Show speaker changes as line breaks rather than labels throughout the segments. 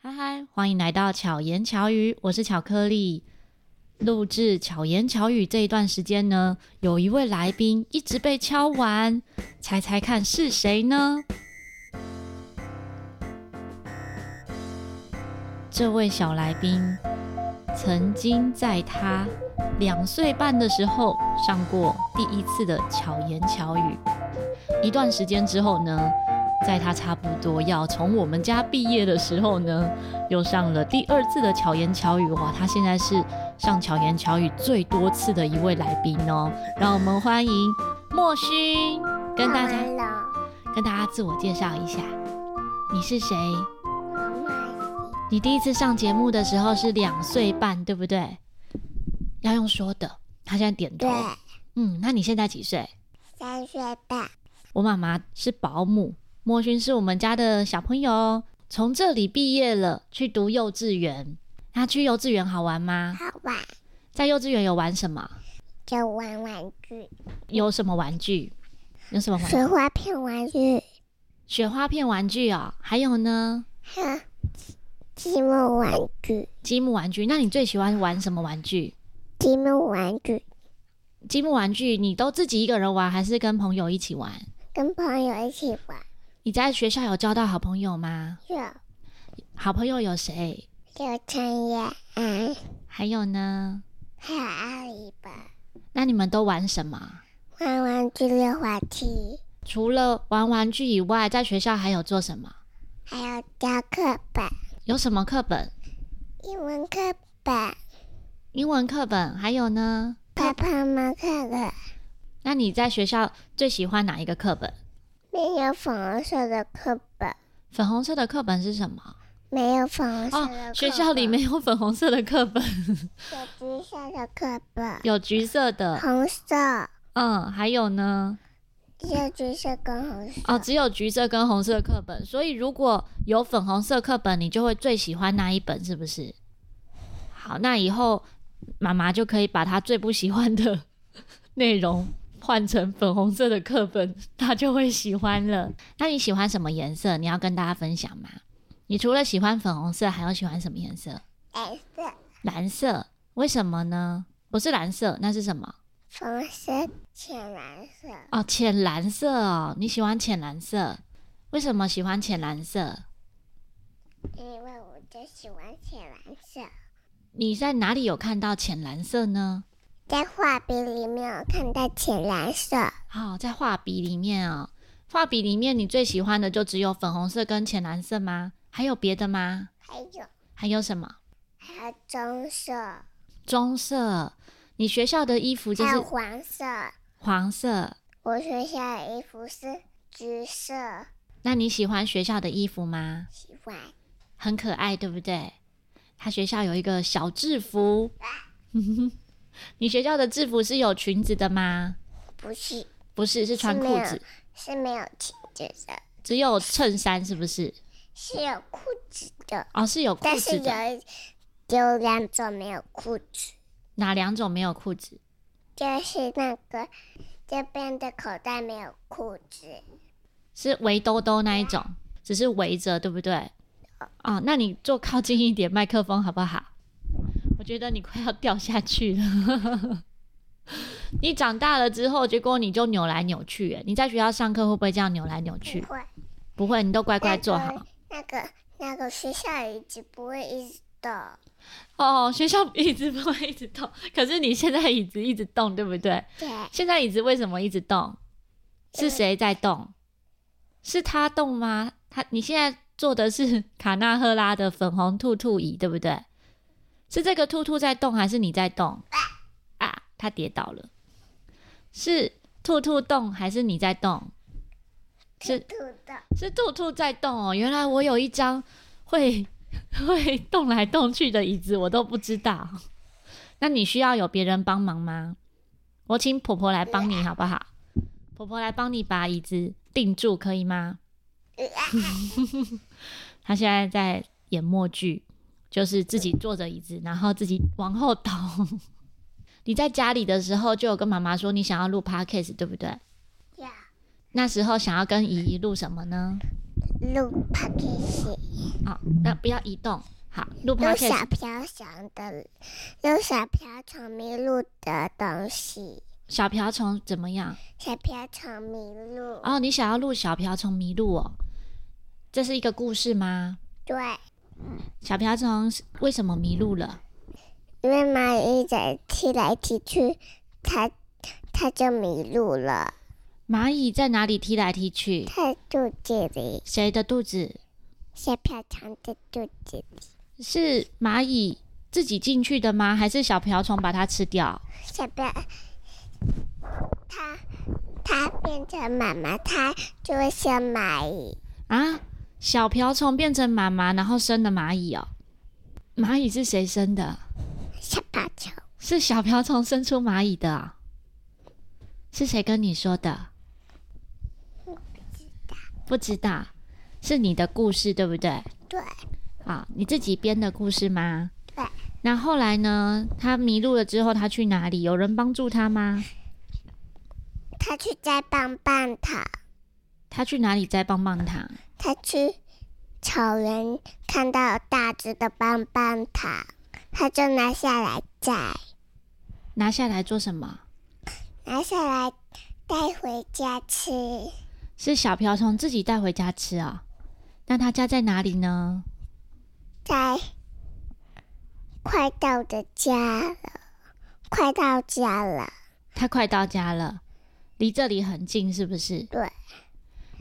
嗨，欢迎来到巧言巧语，我是巧克力。录制巧言巧语这一段时间呢，有一位来宾一直被敲完，猜猜看是谁呢？这位小来宾曾经在他两岁半的时候上过第一次的巧言巧语，一段时间之后呢，在他差不多要从我们家毕业的时候呢，又上了第二次的巧言巧语。哇，他现在是上巧言巧语最多次的一位来宾哦。让我们欢迎莫勋，跟大家
Hello，
跟大家自我介绍一下，你是谁？
我麦
你第一次上节目的时候是两岁半，对不对？要用说的。他现在点头
对。，
嗯，那你现在几岁？
三岁半，
我妈妈是保姆，莫勋是我们家的小朋友，从这里毕业了，去读幼稚园。他去幼稚园好玩吗？
好玩，
在幼稚园有玩什么？
就玩玩具，
有什么玩具？有什么玩？
水花片玩具，
雪花片玩具哦，还有呢，
还有积木玩具，
积木玩具。那你最喜欢玩什么玩具？
积木玩具，
积木玩具你都自己一个人玩，还是跟朋友一起玩？
跟朋友一起玩，
你在学校有交到好朋友吗？
有
好朋友有谁？
有陈也安，
还有呢？
还有阿里吧，
那你们都玩什么？
玩玩具溜滑梯，
除了玩玩具以外，在学校还有做什么？
还有教课本，
有什么课本？
英文课本，
英文课本，还有呢？
快帮忙看看，
那你在学校最喜欢哪一个课本？
没有粉红色的课本，
粉红色的课本是什么？
没有粉红色的课
哦，
本，
学校里没有粉红色的课本，
有橘色的课本，
有橘色的。
红色，
嗯，还有呢？
只有橘色跟红色。
哦，只有橘色跟红色课本。所以如果有粉红色课本，你就会最喜欢那一本，是不是？好，那以后妈妈就可以把她最不喜欢的 内容换成粉红色的课本，她就会喜欢了。那你喜欢什么颜色？你要跟大家分享吗？你除了喜欢粉红色，还有喜欢什么颜色？
蓝色、
蓝色，为什么呢？不是蓝色，那是什么？
红色、浅蓝色，
哦，浅蓝色哦，你喜欢浅蓝色？为什么喜欢浅蓝色？
因为我就喜欢浅蓝色。
你在哪里有看到浅蓝色呢？
在画笔里面我看到浅蓝色，
好、哦在画笔里面哦，画笔里面你最喜欢的就只有粉红色跟浅蓝色吗？还有别的吗？
还有
还有什么？
还有棕色，
棕色。你学校的衣服就
还
是
有黄色。
黄色，
我学校的衣服是橘色，
那你喜欢学校的衣服吗？
喜欢。
很可爱，对不对？他学校有一个小制服，你学校的制服是有裙子的吗？
不是，
不是，是穿
是没
裤
有
子，
是没有裙子的，
只有衬衫，是不是？
是有裤子的，
哦，是有裤
但
子
是
的。
有一有两种没有裤子。
哪两种没有裤子？
就是那个这边的口袋没有裤子，
是围兜兜那一种，只是围着，对不对？哦，那你坐靠近一点麦克风好不好？我觉得你快要掉下去了。 你长大了之后，结果你就扭来扭去耶。你在学校上课会不会这样扭来扭去
不？会
不会，你都乖乖坐好。
那个那个学校椅子不会一直动，
哦，学校椅子不会一直动，可是你现在椅子一直动，对不对？
对，
现在椅子为什么一直动？是谁在动？是他动吗？他你现在坐的是 卡纳赫拉的粉红兔兔椅，对不对？是这个兔兔在动，还是你在动？啊，他跌倒了。是兔兔动，还是你在动？是
兔的，
是兔兔在动哦。原来我有一张会 会动来动去的椅子，我都不知道。那你需要有别人帮忙吗？我请婆婆来帮你好不好？婆婆来帮你把椅子定住，可以吗？她现在在演默剧，就是自己坐着椅子，然后自己往后倒。 你在家里的时候就有跟妈妈说你想要录 podcast，对不对？
呀，
那时候想要跟姨姨录什么呢？
录 p o d c a
好，那不要移动。好，录
t 录小
podcast
飘翔的，录小飘虫迷路的东西。
小瓢虫怎么样？
小瓢虫迷路，
哦，你想要录小瓢虫迷路哦？这是一个故事吗？
对，
小瓢虫是为什么迷路了？
因为蚂蚁一直踢来踢去，它它就迷路了。
蚂蚁在哪里踢来踢去？
它肚子里，
谁的肚子？
小瓢虫的肚子里，
是蚂蚁自己进去的吗？还是小瓢虫把它吃掉？
小瓢，它它变成妈妈，它就会生蚂蚁。
啊，小瓢虫变成妈妈，然后生的蚂蚁哦。蚂蚁是谁生的？
小瓢虫，
是小瓢虫生出蚂蚁的啊、是谁跟你说的？不知道，是你的故事对不对？
对，
啊，你自己编的故事吗？
对。
那后来呢？他迷路了之后，他去哪里？有人帮助他吗？
它去摘棒棒糖，
他去哪里摘棒棒糖？
它去草原看到大只的棒棒糖，它就拿下来摘。
拿下来做什么？
拿下来带回家吃。
是小瓢虫自己带回家吃啊、那他家在哪里呢？
在快到的家了，快到家了，
他快到家了，离这里很近，是不是？
对。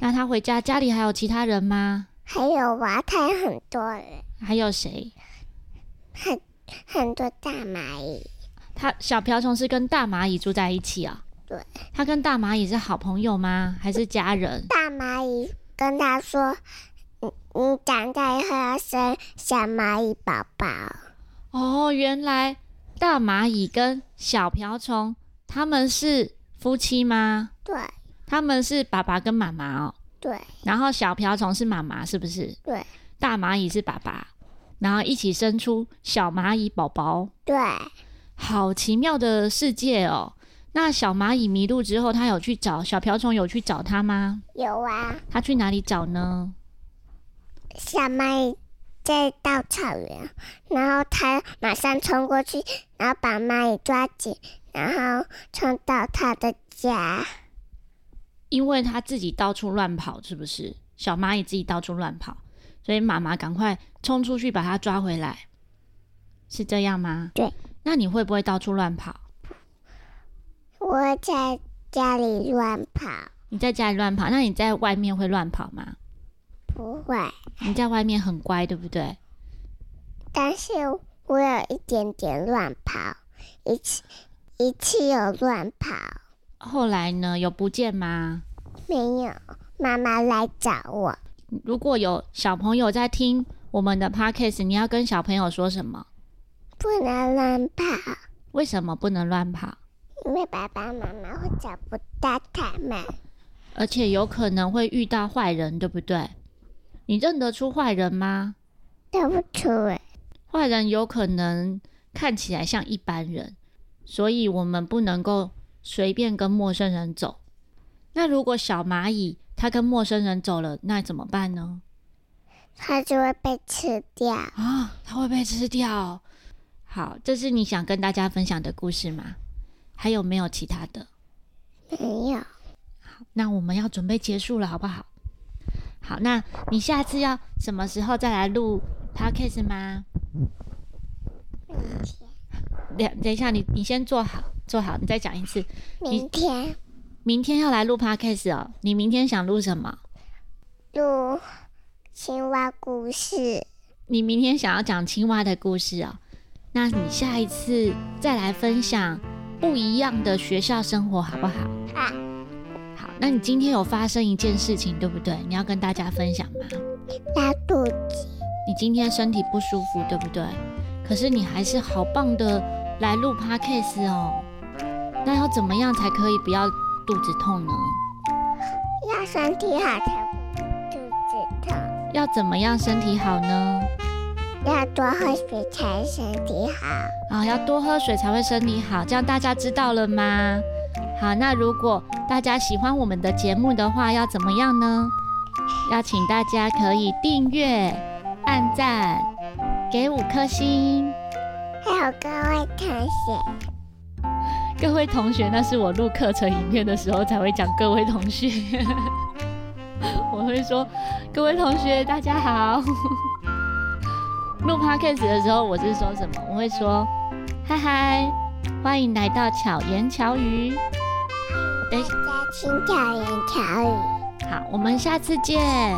那他回家，家里还有其他人吗？
还有娃，它有很多人，
还有谁？
很很多大蚂蚁，
他小瓢虫是跟大蚂蚁住在一起啊、
对。
他跟大蚂蚁是好朋友吗？还是家 人？
大蚂蚁跟它说。你你长大以后要生小蚂蚁宝宝，
哦，原来大蚂蚁跟小瓢虫他们是夫妻吗？
对
他们是爸爸跟妈妈哦。
对
然后小瓢虫是妈妈，是不是？
对
大蚂蚁是爸爸，然后一起生出小蚂蚁宝宝。
对，
好奇妙的世界哦！那小蚂蚁迷路之后，它有去找小瓢虫，有去找它吗？
有啊，
它去哪里找呢？
小蚂蚁在稻草人，然后它马上冲过去，然后把蚂蚁抓紧，然后冲到它的家。
因为它自己到处乱跑，是不是？小蚂蚁自己到处乱跑，所以妈妈赶快冲出去把它抓回来，是这样吗？
对。
那你会不会到处乱跑？
我在家里乱跑，
你在家里乱跑，那你在外面会乱跑吗？
不会，
你在外面很乖，对不对？
但是我有一点点乱跑，一次一次有乱跑，
后来呢？有不见吗？
没有妈妈来找我，
如果有小朋友在听我们的 podcast，你要跟小朋友说什么？
不能乱跑，
为什么不能乱跑？
因为爸爸妈妈会找不到他们。
而且有可能会遇到坏人，对不对？你认得出坏人吗？
对不出来，
坏人有可能看起来像一般人，所以我们不能够随便跟陌生人走。那如果小蚂蚁它跟陌生人走了，那怎么办呢？
它就会被吃掉。
啊，它会被吃掉。好，这是你想跟大家分享的故事吗？还有没有其他的？
没有，
那我们要准备结束了，好不好？好，那你下次要什么时候再来录 podcast 吗？等
明天，
等一下，你你先坐好，坐好，你再讲一次。
明天
明天要来录 podcast 哦，你明天想录什么？
录青蛙故事，
你明天想要讲青蛙的故事哦，那你下一次再来分享不一样的学校生活，好不好？
啊，
好，那你今天有发生一件事情，对不对？你要跟大家分享吗？
拉肚子，
你今天身体不舒服，对不对？可是你还是好棒的来录 podcast 哦。那要怎么样才可以不要肚子痛呢？
要身体好才不肚子痛，
要怎么样身体好呢？
要多喝水才身体好。
啊、要多喝水才会身体好，这样大家知道了吗？好，那如果大家喜欢我们的节目的话，要怎么样呢？要请大家可以订阅、按赞，给五颗星。
还有各位同学，
各位同学，那是我录课程影片的时候才会讲各位同学， 我会说各位同学大家好。录 podcast 的时候我是说什么？我会说嗨嗨，欢迎来到巧言巧语。等
在听巧言巧语，
好，我们下次见。
下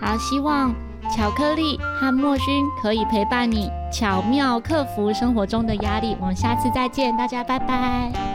好，希望巧克力和墨熏可以陪伴你巧妙克服生活中的压力。我们下次再见，大家拜拜。